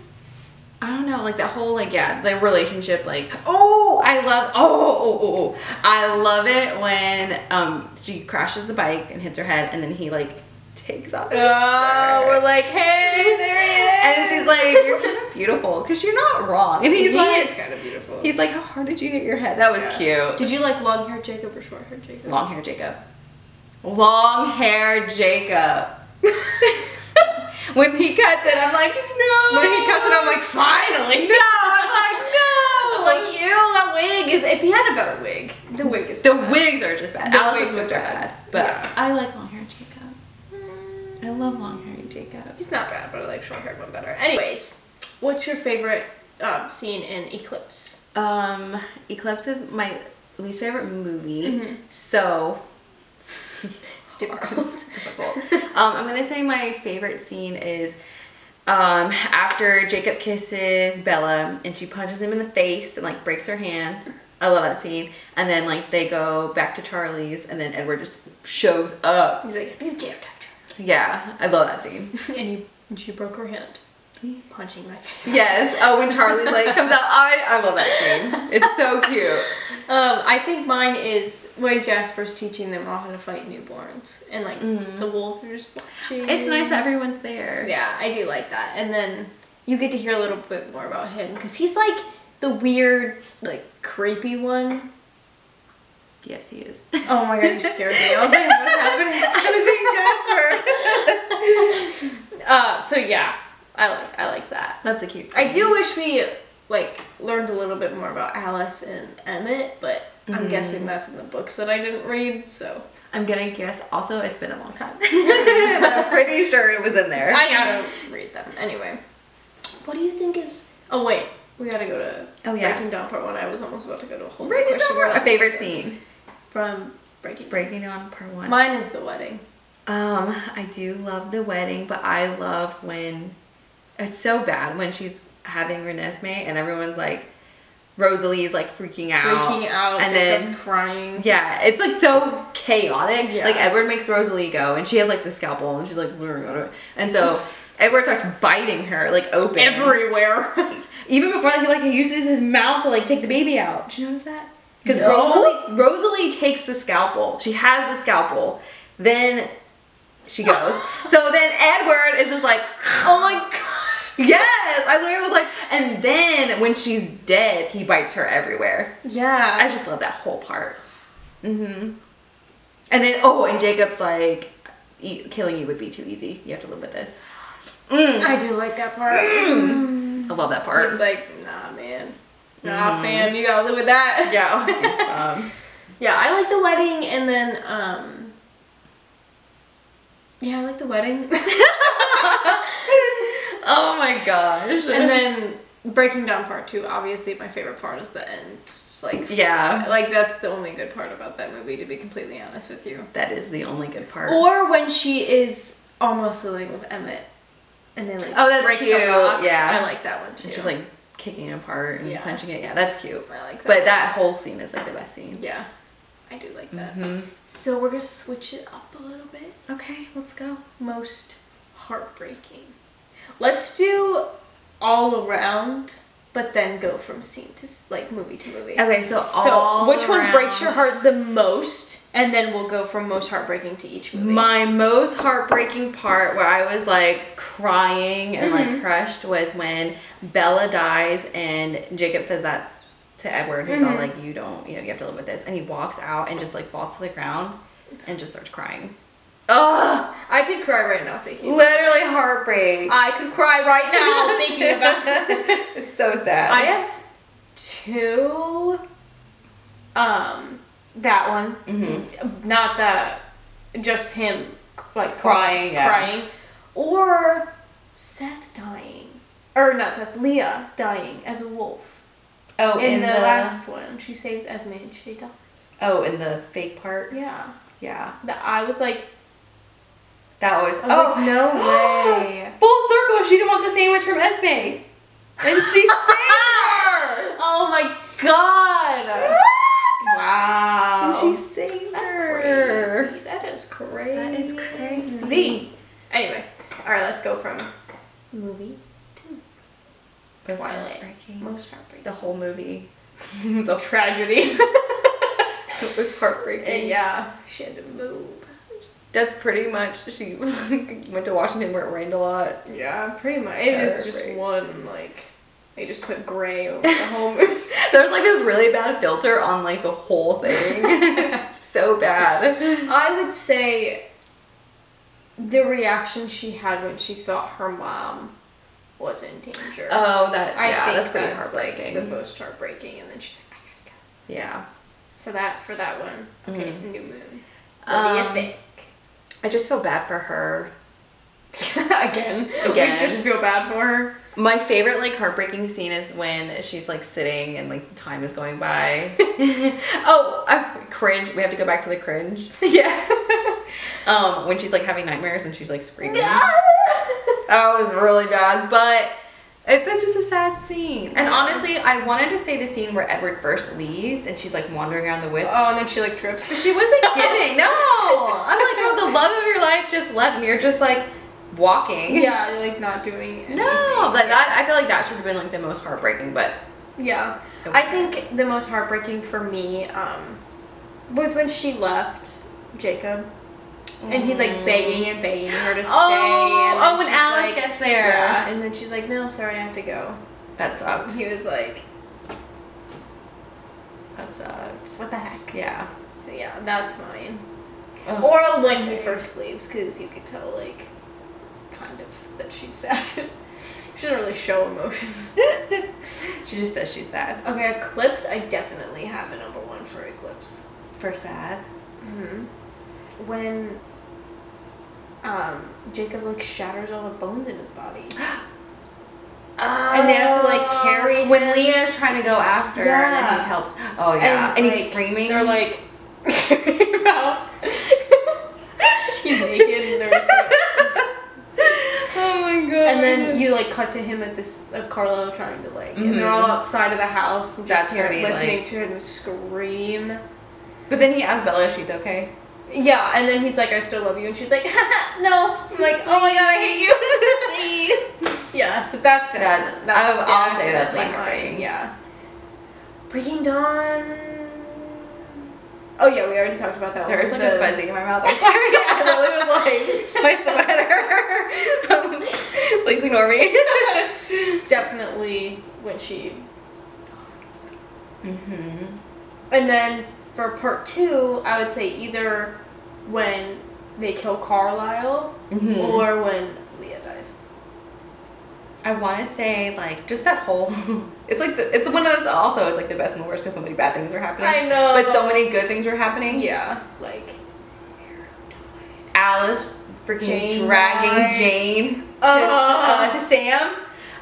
Speaker 2: I don't know, like that whole like yeah, the relationship like oh I love oh oh oh, oh. I love it when um she crashes the bike and hits her head and then he like takes off his
Speaker 1: oh,
Speaker 2: shirt.
Speaker 1: we're like, hey, there he is.
Speaker 2: and she's like you're kind of beautiful because you're not wrong and he's
Speaker 1: he
Speaker 2: like
Speaker 1: is kind of beautiful.
Speaker 2: he's like how hard did you hit your head that was cute
Speaker 1: Did you like long hair Jacob or short hair Jacob?
Speaker 2: Long hair Jacob. Long hair Jacob. when he cuts it, I'm like, no.
Speaker 1: When he cuts it, I'm like, finally.
Speaker 2: no, I'm like, no.
Speaker 1: Like, ew, that wig is. If he had a better wig, the wig is.
Speaker 2: the
Speaker 1: bad.
Speaker 2: wigs are just bad.
Speaker 1: The
Speaker 2: Alice's
Speaker 1: wigs are
Speaker 2: wigs are bad.
Speaker 1: bad.
Speaker 2: But
Speaker 1: Yeah.
Speaker 2: I like long hair Jacob.
Speaker 1: Mm,
Speaker 2: I love long hair Jacob.
Speaker 1: He's not bad, but I like short haired one better. Anyways, what's your favorite um, scene in Eclipse?
Speaker 2: Um, Eclipse is my least favorite movie. So it's difficult. it's difficult. um, I'm gonna say my favorite scene is um, after Jacob kisses Bella and she punches him in the face and like breaks her hand. I love that scene. And then like they go back to Charlie's and then Edward just shows up.
Speaker 1: He's like, you dare touch
Speaker 2: Yeah, I love that scene.
Speaker 1: her. and, you, and she broke her hand, punching my face.
Speaker 2: Yes. Oh, when Charlie like comes out, I I love that scene. It's so cute.
Speaker 1: Um, I think mine is when Jasper's teaching them all how to fight newborns, and like the wolf is watching.
Speaker 2: It's nice that everyone's there.
Speaker 1: Yeah, I do like that, and then you get to hear a little bit more about him because he's like the weird, like creepy one.
Speaker 2: Yes, he is.
Speaker 1: Oh my god, you scared me! I was like, what's happening?
Speaker 2: I was being Jasper.
Speaker 1: Uh, so yeah, I like I like that.
Speaker 2: That's a cute.
Speaker 1: I do wish we like learned a little bit more about Alice and Emmett, but I'm guessing that's in the books that I didn't read, so.
Speaker 2: I'm gonna guess. Also, it's been a long time. I'm pretty sure it was in there.
Speaker 1: I gotta read them anyway. What do you think is? Oh wait, we gotta go to
Speaker 2: Oh, yeah.
Speaker 1: Breaking Down Part One. I was almost about to go to a whole
Speaker 2: Breaking
Speaker 1: question
Speaker 2: Down Part-
Speaker 1: about
Speaker 2: A favorite scene.
Speaker 1: from Breaking. Down.
Speaker 2: Breaking Down Part One.
Speaker 1: Mine is the wedding.
Speaker 2: um, I do love the wedding, but I love when it's so bad when she's having Renesmee and everyone's like, Rosalie's like freaking out,
Speaker 1: Breaking out,
Speaker 2: and
Speaker 1: Jacob's
Speaker 2: then
Speaker 1: crying.
Speaker 2: Yeah, it's like so chaotic.
Speaker 1: Yeah.
Speaker 2: Like Edward makes Rosalie go, and she has like the scalpel, and she's like, "Brr." and so Edward starts biting her like open.
Speaker 1: Everywhere.
Speaker 2: Even before that, he like he uses his mouth to like take the baby out. Did you notice that? Because
Speaker 1: No.
Speaker 2: Rosalie Rosalie takes the scalpel. She has the scalpel. Then she goes. so then Edward is just like,
Speaker 1: oh my god.
Speaker 2: yes. I literally was like, and then when she's dead, he bites her everywhere.
Speaker 1: Yeah.
Speaker 2: I just love that whole part. hmm And then oh, and Jacob's like, e- killing you would be too easy. You have to live with this. Mm,
Speaker 1: I do like that part.
Speaker 2: I love that
Speaker 1: He's
Speaker 2: part.
Speaker 1: like, nah, man. Nah, fam, you gotta live with that.
Speaker 2: Mm-hmm. Yeah. goosebumps.
Speaker 1: Yeah, I like the wedding, and then um. Yeah, I like the wedding,
Speaker 2: oh my gosh.
Speaker 1: and then Breaking Down Part Two. Obviously, my favorite part is the end. Like
Speaker 2: yeah,
Speaker 1: like that's the only good part about that movie, to be completely honest with you.
Speaker 2: that is the only good part.
Speaker 1: Or when she is almost living with Emmett, and they like
Speaker 2: Oh, that's cute, yeah.
Speaker 1: I like that one too.
Speaker 2: Just like kicking it apart and
Speaker 1: Yeah.
Speaker 2: punching it. Yeah, that's cute.
Speaker 1: I like that.
Speaker 2: But that whole scene is like the best scene.
Speaker 1: yeah, I do like that.
Speaker 2: Mm-hmm.
Speaker 1: So we're gonna switch it up a little bit.
Speaker 2: Okay, let's go.
Speaker 1: most heartbreaking. Let's do all around but then go from scene to s- like movie to movie.
Speaker 2: Okay, so all
Speaker 1: So, which one breaks your
Speaker 2: around-
Speaker 1: heart the most? And then we'll go from most heartbreaking to each movie.
Speaker 2: My most heartbreaking part where I was like crying and
Speaker 1: Mm-hmm.
Speaker 2: like crushed was when Bella dies and Jacob says that to Edward. He's
Speaker 1: Mm-hmm.
Speaker 2: all like, you don't, you know, you have to live with this. And he walks out and just like falls to the ground and just starts crying. Ugh!
Speaker 3: I could cry right now thinking.
Speaker 2: Literally heartbreak.
Speaker 3: I could cry right now thinking about
Speaker 2: it's so sad.
Speaker 1: I have two. Um, that one. Mm-hmm. Not that. Just him, like
Speaker 2: Crying, yeah.
Speaker 1: crying, or Seth dying, or not Seth, Leah dying as a wolf
Speaker 2: oh,
Speaker 1: in, the, last one. She saves Esme and she dies.
Speaker 2: Oh, in the fake part.
Speaker 1: Yeah,
Speaker 2: Yeah,
Speaker 1: that I was like,
Speaker 2: that was.
Speaker 1: I was
Speaker 2: oh
Speaker 1: like, no way.
Speaker 2: Full circle. She didn't want the sandwich from Esme, and she saved her.
Speaker 1: Oh my god! Wow.
Speaker 2: And she saved
Speaker 1: That's
Speaker 2: her.
Speaker 1: crazy. That is crazy.
Speaker 2: That is crazy.
Speaker 1: Z. Anyway, all right, let's go from movie to
Speaker 2: Most
Speaker 1: Twilight.
Speaker 2: heartbreaking.
Speaker 1: most heartbreaking.
Speaker 2: The whole movie.
Speaker 1: The tragedy.
Speaker 2: It was heartbreaking.
Speaker 1: And yeah, she had to move.
Speaker 2: That's pretty much. She went to Washington where it rained a lot.
Speaker 1: Yeah, pretty much. It is just
Speaker 2: Heartbreak.
Speaker 1: one like they just put gray over the whole movie.
Speaker 2: There's like this really bad filter on like the whole thing. so bad.
Speaker 1: I would say the reaction she had when she thought her mom was in danger.
Speaker 2: Oh, that.
Speaker 1: I
Speaker 2: yeah,
Speaker 1: think
Speaker 2: that's
Speaker 1: that's,
Speaker 2: pretty
Speaker 1: like
Speaker 2: heartbreaking.
Speaker 1: the most heartbreaking. And then she's like, I gotta go.
Speaker 2: yeah.
Speaker 1: So that for that one. Okay, New Moon. What
Speaker 2: Mm-hmm. Um,
Speaker 1: do you think?
Speaker 2: I just feel bad for her.
Speaker 1: Again,
Speaker 2: Again.
Speaker 1: we just feel bad for her.
Speaker 2: My favorite like heartbreaking scene is when she's like sitting and like time is going by. oh, I, cringe. We have to go back to the cringe. Yeah. um, when she's like having nightmares and she's like screaming. that was really bad, but it, that's just a sad scene. And honestly, I wanted to say the scene where Edward first leaves and she's like wandering around the woods.
Speaker 1: Oh, and then she like trips.
Speaker 2: But she wasn't giving. No, I'm like, oh, the love of your life just left, and you're just like walking.
Speaker 1: Yeah, like not doing anything.
Speaker 2: No, but that I feel like that should have been like the most heartbreaking. But
Speaker 1: Yeah.
Speaker 2: It
Speaker 1: I
Speaker 2: was-
Speaker 1: think the most heartbreaking for me um, was when she left Jacob. And he's like begging and begging her to stay.
Speaker 2: Oh,
Speaker 1: and then
Speaker 2: oh, when
Speaker 1: she's
Speaker 2: Alice
Speaker 1: like-
Speaker 2: gets there.
Speaker 1: Yeah, and then she's like, no, sorry, I have to go.
Speaker 2: that sucked.
Speaker 1: He was like,
Speaker 2: That sucked.
Speaker 1: what the heck?
Speaker 2: Yeah.
Speaker 1: So yeah, that's mine.
Speaker 2: Ugh.
Speaker 1: Or when he first leaves, because you could tell, like, kind of that she's sad. she doesn't really show emotion.
Speaker 2: she just says she's sad.
Speaker 1: Okay, Eclipse, I definitely have a number one for Eclipse.
Speaker 2: For sad. Mm-hmm.
Speaker 1: hmm When um, Jacob, like, shatters all the bones in his body. they have to, like, carry
Speaker 2: Oh, when
Speaker 1: him.
Speaker 2: Leah is trying to go after her and then
Speaker 1: Yeah.
Speaker 2: he helps. Oh yeah, and, he's
Speaker 1: like,
Speaker 2: screaming.
Speaker 1: They're like, out. he's naked, and they're just like,
Speaker 2: oh my god.
Speaker 1: And then you like cut to him at this of Carlo trying to like, and they're all outside of the house and just
Speaker 2: Mm-hmm. That's gonna
Speaker 1: hear,
Speaker 2: be,
Speaker 1: listening
Speaker 2: like-
Speaker 1: to him scream.
Speaker 2: But then he asks Bella if she's okay.
Speaker 1: Yeah, and then he's like, "I still love you," and she's like, Haha, "No." I'm like, "Oh my god, I hate you." yeah, so that's
Speaker 2: That's-
Speaker 1: definitely-
Speaker 2: I'll- I'll say that's
Speaker 1: definitely
Speaker 2: my rating.
Speaker 1: Yeah. Breaking Dawn. Oh yeah, we already talked about that.
Speaker 2: There
Speaker 1: one.
Speaker 2: is like
Speaker 1: The-
Speaker 2: a fuzzy in my mouth. I'm sorry. I literally was like, my sweater. Um, Please ignore me.
Speaker 1: Definitely when she.
Speaker 2: mm-hmm.
Speaker 1: And then for part two, I would say either when they kill Carlisle
Speaker 2: Mhm.
Speaker 1: or when Leah dies.
Speaker 2: I want to say like just that whole. It's like the, it's one of those also. It's like the best and the worst because so many bad things are happening.
Speaker 1: I know.
Speaker 2: But so many good things are happening.
Speaker 1: Yeah, like.
Speaker 2: Alice freaking
Speaker 1: Jane
Speaker 2: dragging
Speaker 1: died.
Speaker 2: Jane to,
Speaker 1: Oh.
Speaker 2: uh, to Sam.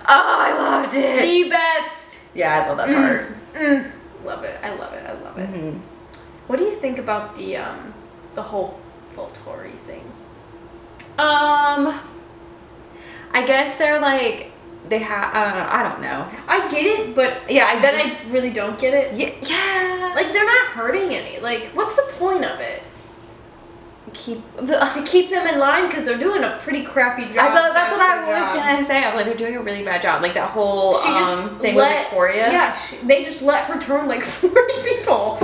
Speaker 2: Oh, I loved it.
Speaker 1: The best!
Speaker 2: yeah, I love that part.
Speaker 1: Mm. Love it. I love it. I love it.
Speaker 2: Mhm.
Speaker 1: What do you think about the um the whole Volturi thing?
Speaker 2: Um, I guess they're like they have. Uh, I don't know.
Speaker 1: I get it, but
Speaker 2: Yeah, I
Speaker 1: then I really don't get it.
Speaker 2: Yeah, yeah.
Speaker 1: Like they're not hurting any. Like what's the point of it?
Speaker 2: keep.
Speaker 1: to keep them in line because they're doing a pretty crappy job.
Speaker 2: I thought that's what I
Speaker 1: their
Speaker 2: was
Speaker 1: job.
Speaker 2: gonna say. I'm like, they're doing a really bad job. Like that whole
Speaker 1: She just
Speaker 2: um, thing
Speaker 1: let
Speaker 2: with Victoria.
Speaker 1: Yeah, she, they just let her turn like forty people.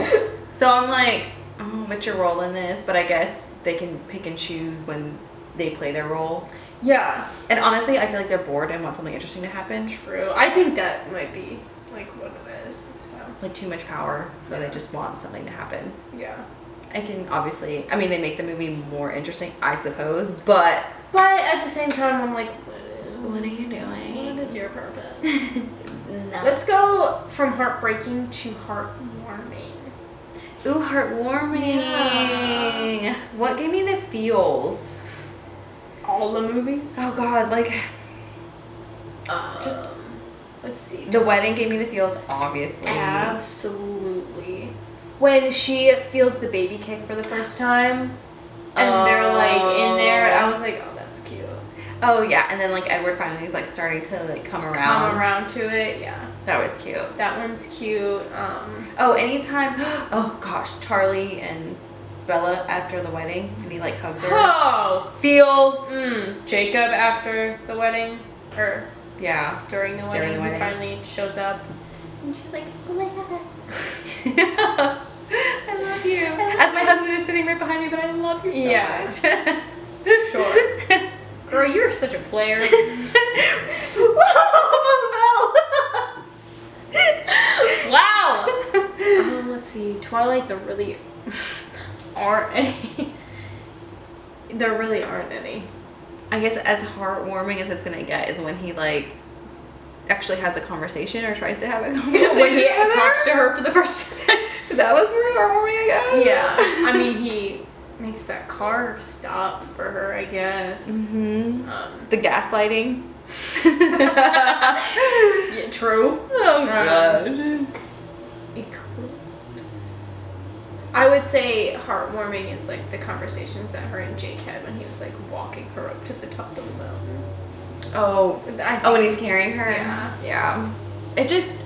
Speaker 2: So I'm like, oh, what's your role in this? But I guess they can pick and choose when they play their role.
Speaker 1: Yeah,
Speaker 2: And honestly, I feel like they're bored and want something interesting to happen.
Speaker 1: true. I think that might be like what it is. So
Speaker 2: Like too much power, so they just want something to happen.
Speaker 1: yeah,
Speaker 2: I can obviously, I mean, they make the movie more interesting, I suppose. But
Speaker 1: but at the same time, I'm like, what
Speaker 2: what are you
Speaker 1: is,
Speaker 2: doing?
Speaker 1: what is your purpose?
Speaker 2: Not-
Speaker 1: Let's go from heartbreaking to heartwarming.
Speaker 2: Ooh, heartwarming.
Speaker 1: Yeah.
Speaker 2: What gave me the feels?
Speaker 1: All the movies. Um,
Speaker 2: Oh God, like
Speaker 1: Just let's see.
Speaker 2: the wedding gave me the feels, obviously.
Speaker 1: Absolutely. When she feels the baby kick for the first time, and they're like in there, I was like, oh, that's cute.
Speaker 2: Oh yeah, and then like Edward finally is like starting to like come around.
Speaker 1: Come around to it, yeah.
Speaker 2: That was cute.
Speaker 1: That one's cute. Um,
Speaker 2: Oh, anytime. Oh gosh, Charlie and Bella after the wedding, and he like hugs her.
Speaker 1: oh,
Speaker 2: feels.
Speaker 1: mm, Jacob after the wedding, or
Speaker 2: Yeah.
Speaker 1: during the wedding,
Speaker 2: During the
Speaker 1: he
Speaker 2: wedding.
Speaker 1: finally shows up, and she's like, oh my god.
Speaker 2: I love you.
Speaker 1: I love
Speaker 2: As my husband is sitting right behind me, but I love you so
Speaker 1: Yeah.
Speaker 2: much.
Speaker 1: Sure. Girl, you're such a player.
Speaker 2: Whoa, almost
Speaker 1: wow.
Speaker 2: fell.
Speaker 1: Um, let's see. Twilight, there really aren't any. There really aren't any.
Speaker 2: I guess as heartwarming as it's gonna get is when he like actually has a conversation or tries to have a conversation.
Speaker 1: when he
Speaker 2: with her.
Speaker 1: talks to her for the first time.
Speaker 2: That was more heartwarming, I guess.
Speaker 1: yeah. I mean, he makes that car stop for her, I guess.
Speaker 2: hmm
Speaker 1: Um,
Speaker 2: The gaslighting.
Speaker 1: yeah, true.
Speaker 2: oh
Speaker 1: Um, Eclipse. I would say heartwarming is like the conversations that her and Jake had when he was like walking her up to the top of the mountain.
Speaker 2: Oh.
Speaker 1: I
Speaker 2: Oh, when he's carrying her.
Speaker 1: Yeah.
Speaker 2: Yeah. It just.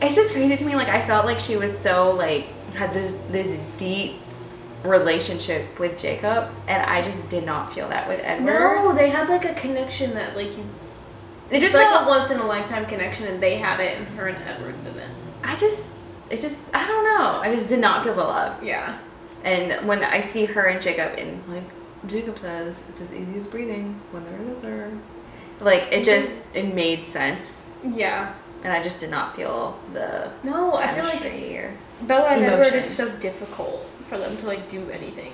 Speaker 2: It's just crazy to me. Like I felt like she was so like had this this deep relationship with Jacob, and I just did not feel that with Edward.
Speaker 1: No, they had like a connection that like you.
Speaker 2: It
Speaker 1: It's
Speaker 2: just
Speaker 1: like
Speaker 2: felt
Speaker 1: a once in a lifetime connection, and they had it, and her and Edward didn't.
Speaker 2: I just, it just, I don't know. I just did not feel the love.
Speaker 1: Yeah.
Speaker 2: And when I see her and Jacob, and like Jacob says, it's as easy as breathing, one or another. Like
Speaker 1: Mm-hmm.
Speaker 2: it just, it made sense,
Speaker 1: Yeah.
Speaker 2: and I just did not feel the.
Speaker 1: No, I feel like
Speaker 2: chemistry here.
Speaker 1: Bella and Edward
Speaker 2: Emotion.
Speaker 1: is so difficult for them to like do anything.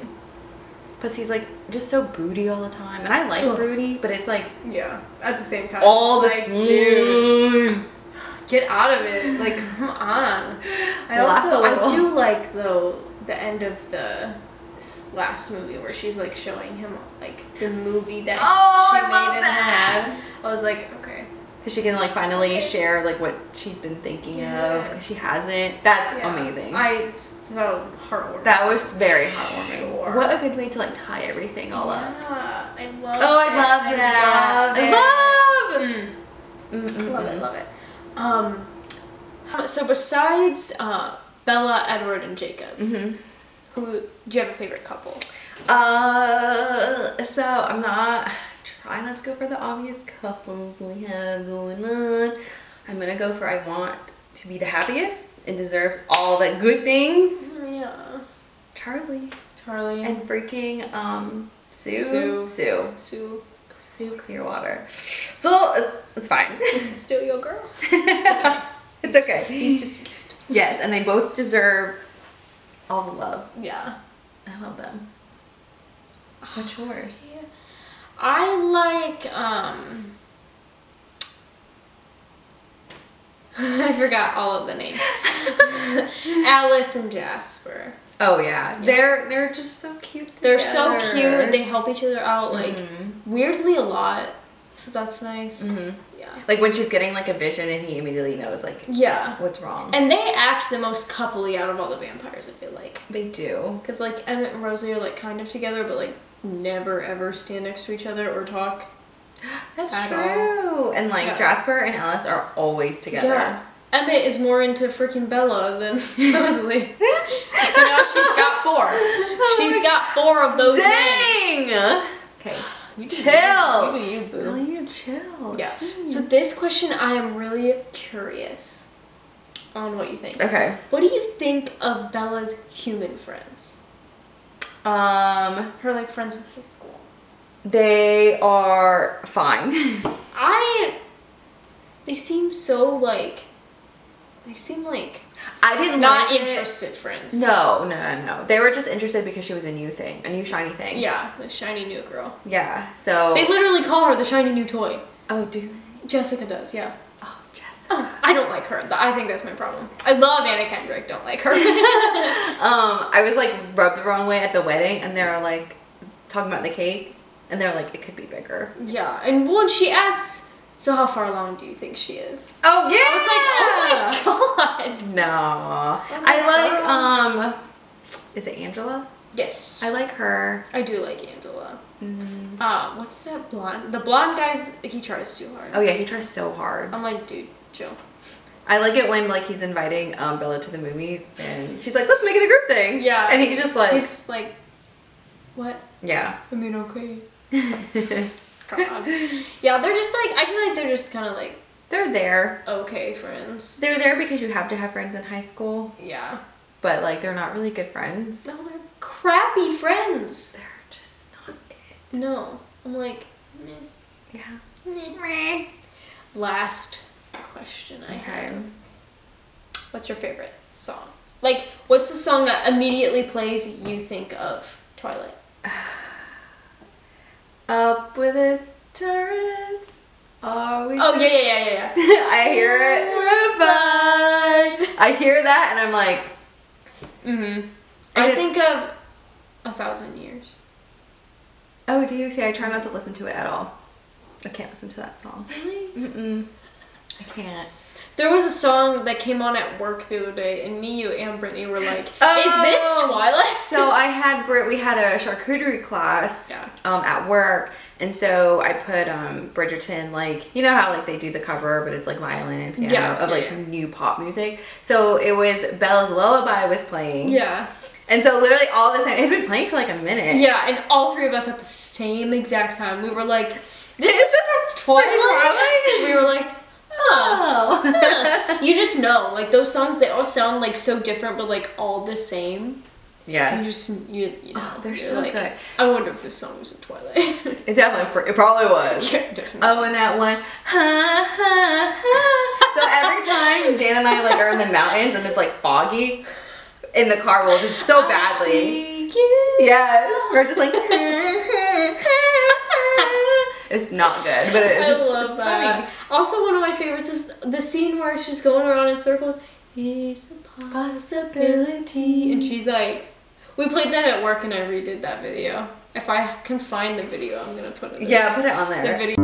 Speaker 2: Plus, he's like just so broody all the time, and I like
Speaker 1: Ugh.
Speaker 2: broody, but it's like
Speaker 1: Yeah. At the same time.
Speaker 2: all
Speaker 1: it's
Speaker 2: the
Speaker 1: like,
Speaker 2: time.
Speaker 1: Dude, get out of it. Like, come on. I
Speaker 2: Laugh
Speaker 1: also
Speaker 2: a little.
Speaker 1: I do like though the end of the s- last movie where she's like showing him like the movie that
Speaker 2: Oh,
Speaker 1: she
Speaker 2: I
Speaker 1: made
Speaker 2: love
Speaker 1: and
Speaker 2: that.
Speaker 1: had. I was like, okay.
Speaker 2: Cause she can like finally share like what she's been thinking of. 'cause she
Speaker 1: Yes.
Speaker 2: hasn't. That's
Speaker 1: Yeah.
Speaker 2: amazing.
Speaker 1: I so heartwarming.
Speaker 2: That was very heartwarming.
Speaker 1: Sure.
Speaker 2: What a good way to like tie everything all up.
Speaker 1: Yeah, I love.
Speaker 2: Oh, I
Speaker 1: it.
Speaker 2: love that.
Speaker 1: I
Speaker 2: I love.
Speaker 1: love it. Mm,
Speaker 2: Mm, mm,
Speaker 1: love it.
Speaker 2: mm.
Speaker 1: Love it. Um, um, so besides uh, Bella, Edward, and Jacob,
Speaker 2: Mm-hmm.
Speaker 1: who do you have a favorite couple?
Speaker 2: Uh, so I'm not try not to go for the obvious couples we have going on. I'm gonna go for I want to be the happiest and deserves all the good things.
Speaker 1: Yeah,
Speaker 2: Charlie
Speaker 1: Charlie
Speaker 2: and freaking um Sue
Speaker 1: Sue.
Speaker 2: Sue
Speaker 1: Sue.
Speaker 2: Sue Clearwater. So it's it's fine.
Speaker 1: This is still your girl.
Speaker 2: it's okay.
Speaker 1: He's deceased.
Speaker 2: Yes, and they both deserve all the love.
Speaker 1: Yeah.
Speaker 2: I love them. What's yours?
Speaker 1: I like um I forgot all of the names. Alice and Jasper.
Speaker 2: Oh yeah, they're they're just so cute.
Speaker 1: They're so
Speaker 2: together.
Speaker 1: cute. They help each other out like weirdly a lot. So that's nice. Yeah.
Speaker 2: like when she's getting like a vision, and he immediately knows like
Speaker 1: Yeah.
Speaker 2: what's wrong.
Speaker 1: And they act the most coupley out of all the vampires, I feel like.
Speaker 2: they do.
Speaker 1: Because, like, Emmett and Rosalie are, like, kind of together, but, like, never ever stand next to each other or talk.
Speaker 2: That's
Speaker 1: At
Speaker 2: true. And like
Speaker 1: Yeah.
Speaker 2: Jasper and Alice are always together.
Speaker 1: Yeah. Emmett is more into freaking Bella than Rosalie. so now she's got four. She's
Speaker 2: my
Speaker 1: got got four of those. men.
Speaker 2: Dang!
Speaker 3: Okay.
Speaker 2: You chill.
Speaker 3: You do you, boo.
Speaker 2: Girl, you chill.
Speaker 3: Yeah.
Speaker 1: So this question, I am really curious on what you think.
Speaker 2: Okay.
Speaker 1: What do you think of Bella's human friends?
Speaker 2: Um,
Speaker 1: Her like friends from high school.
Speaker 2: they are fine.
Speaker 1: I. They seem so like. They seem like
Speaker 2: I didn't
Speaker 1: not
Speaker 2: like it.
Speaker 1: interested friends.
Speaker 2: No, no, no, no. They were just interested because she was a new thing, a new shiny thing.
Speaker 1: Yeah, the shiny new girl.
Speaker 2: Yeah. So.
Speaker 1: They literally call her the shiny new toy.
Speaker 2: oh, do. they?
Speaker 1: Jessica does, yeah.
Speaker 2: Oh, Jess.
Speaker 1: Oh, I don't like her. Th- I think that's my problem. I love Anna Kendrick. Don't like her.
Speaker 2: Um, I was like rubbed the wrong way at the wedding, and they were like talking about the cake, and they're like, it could be bigger.
Speaker 1: yeah, and when she asks, "So how far along do you think she is?"
Speaker 2: Oh yeah.
Speaker 1: I was like, "Oh my god."
Speaker 2: No. I,
Speaker 1: was like,
Speaker 2: like
Speaker 1: oh.
Speaker 2: um is it Angela?
Speaker 1: Yes,
Speaker 2: I like her.
Speaker 1: I do like Angela.
Speaker 2: Mm.
Speaker 1: Uh, what's that blonde? The blonde guy's he tries too hard.
Speaker 2: Oh yeah, he tries so hard.
Speaker 1: I'm like, dude, Joe.
Speaker 2: I like it when like he's inviting um Bella to the movies and she's like, Let's make it a group thing.
Speaker 1: Yeah.
Speaker 2: And he's just like
Speaker 1: He's just like, what?
Speaker 2: Yeah.
Speaker 3: I mean, okay.
Speaker 1: God. yeah, they're just like I feel like they're just kind of like
Speaker 2: They're there.
Speaker 1: okay friends.
Speaker 2: They're there because you have to have friends in high school,
Speaker 1: Yeah.
Speaker 2: but like they're not really good friends.
Speaker 1: No, they're crappy friends.
Speaker 2: They're just not it.
Speaker 1: No, I'm like. meh.
Speaker 2: Yeah.
Speaker 1: Meh. Last question I
Speaker 2: Okay.
Speaker 1: have. What's your favorite song? Like, what's the song that immediately plays you think of Twilight?
Speaker 2: Up with his turrets. Are we
Speaker 1: Oh, yeah, yeah, yeah, yeah, yeah.
Speaker 2: I hear it. Refined. I hear that and I'm like,
Speaker 1: Mm-hmm.
Speaker 2: And
Speaker 1: I
Speaker 2: it's-
Speaker 1: think of A Thousand Years.
Speaker 2: oh, do you see? I try not to listen to it at all. I can't listen to that song. Mm-mm. I can't.
Speaker 1: There was a song that came on at work the other day, and me, you, and Brittany were like,
Speaker 2: Oh.
Speaker 1: Is this Twilight?
Speaker 2: So I had Brit. We had a charcuterie class
Speaker 1: Yeah.
Speaker 2: um, at work, and so I put um, Bridgerton. Like you know how like they do the cover, but it's like violin and piano
Speaker 1: Yeah,
Speaker 2: of
Speaker 1: yeah,
Speaker 2: like
Speaker 1: yeah.
Speaker 2: new pop music. So it was Bella's Lullaby was playing.
Speaker 1: yeah.
Speaker 2: And so literally all this time it had been playing for like a minute.
Speaker 1: Yeah, and all three of us at the same exact time, we were like, This
Speaker 2: Is
Speaker 1: is
Speaker 2: this
Speaker 1: Twilight?
Speaker 2: Twilight?
Speaker 1: We were like, Huh.
Speaker 2: Oh.
Speaker 1: you just know, like those songs, they all sound like so different, but like all the same. You
Speaker 2: yes.
Speaker 1: just you, you know.
Speaker 2: Oh, they're
Speaker 1: you're
Speaker 2: so
Speaker 1: like,
Speaker 2: good.
Speaker 1: I wonder if this song was in Twilight.
Speaker 2: It definitely, it probably was.
Speaker 1: Yeah, definitely.
Speaker 2: Oh, and that one. Ha, ha, ha. So every time Dan and I like are in the mountains and it's like foggy, in the car we'll just so badly.
Speaker 1: See you.
Speaker 2: Yeah, we're just like. ha, ha, ha, ha. it's not good, but
Speaker 1: I
Speaker 2: it's just
Speaker 1: love
Speaker 2: it's
Speaker 1: that.
Speaker 2: funny.
Speaker 1: Also, one of my favorites is the scene where she's going around in circles. It's a possibility, and she's like, "We played that at work, and I redid that video. If I can find the video, I'm gonna put it. in
Speaker 2: Yeah, put it on
Speaker 1: the
Speaker 2: there.
Speaker 1: video."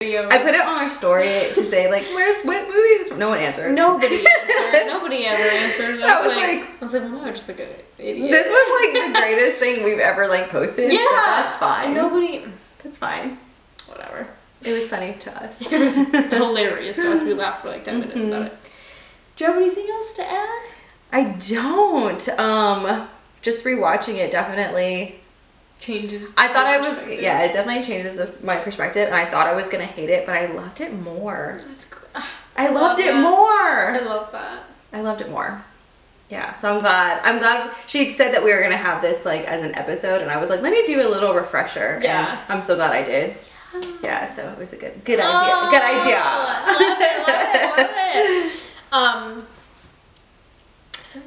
Speaker 1: Video.
Speaker 2: I put it on our story to say like, "Where's what movies?" No one answered.
Speaker 1: Nobody answered. Nobody ever answered. I, was like,
Speaker 2: like-
Speaker 1: I was like, well, I'm just like an idiot.
Speaker 2: This was like the greatest thing we've ever like posted. but
Speaker 1: yeah,
Speaker 2: that's fine.
Speaker 1: Nobody,
Speaker 2: That's fine.
Speaker 1: whatever.
Speaker 2: It was funny to us.
Speaker 1: It was hilarious to us. We laughed for like ten minutes about it. Do you have anything else to add?
Speaker 2: I don't. Um, just rewatching it definitely.
Speaker 1: Changes.
Speaker 2: I thought I
Speaker 1: your
Speaker 2: was
Speaker 1: perspective.
Speaker 2: yeah. It definitely changes the, my perspective, and I thought I was gonna hate it, but I loved it more.
Speaker 1: That's cool.
Speaker 2: I loved
Speaker 1: love
Speaker 2: it
Speaker 1: that. I
Speaker 2: more.
Speaker 1: love that.
Speaker 2: I loved it more. Yeah, so I'm glad. I'm glad she said that we were gonna have this like as an episode, and I was like, let me do a little refresher. and
Speaker 1: Yeah.
Speaker 2: I'm so glad I did. Yeah, so it was a good, good idea. Good
Speaker 1: Oh,
Speaker 2: idea.
Speaker 1: Ah, Love it, love it, love it. Um. So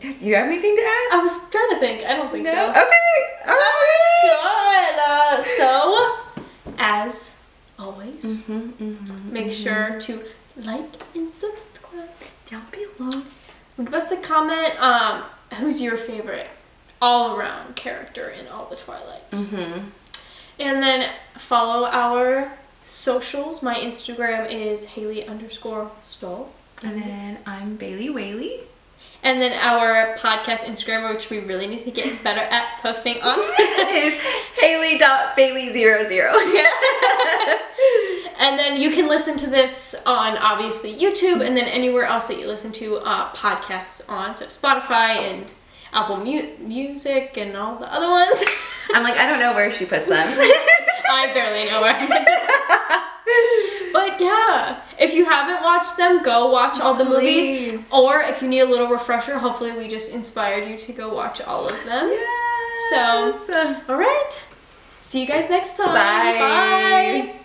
Speaker 1: yeah,
Speaker 2: Do you have anything to add?
Speaker 1: I was trying to think. I don't think so.
Speaker 2: Okay. All right.
Speaker 1: Oh my god! Uh, so, as always,
Speaker 2: Mhm,
Speaker 1: make sure to like and subscribe.
Speaker 2: Down below.
Speaker 1: Leave us a comment. Um, who's your favorite all-around character in all the Twilight?
Speaker 2: Mm-hmm.
Speaker 1: And then follow our socials. My Instagram is Haley underscore Stoll.
Speaker 2: And then I'm Bailey Whaley.
Speaker 1: And then our podcast Instagram, which we really need to get better at posting on.
Speaker 2: It is Haley.Bailey00.
Speaker 1: and And then you can listen to this on obviously YouTube and then anywhere else that you listen to uh, podcasts on, so Spotify and Apple Mu- Music and all the other ones.
Speaker 2: I'm like, I don't know where she puts them.
Speaker 1: I barely know where. but yeah, if you haven't watched them, go watch all the
Speaker 2: Please.
Speaker 1: movies. Or if you need a little refresher, hopefully we just inspired you to go watch all of them.
Speaker 2: yes.
Speaker 1: So- All right. See you guys next time.
Speaker 2: Bye.
Speaker 1: Bye.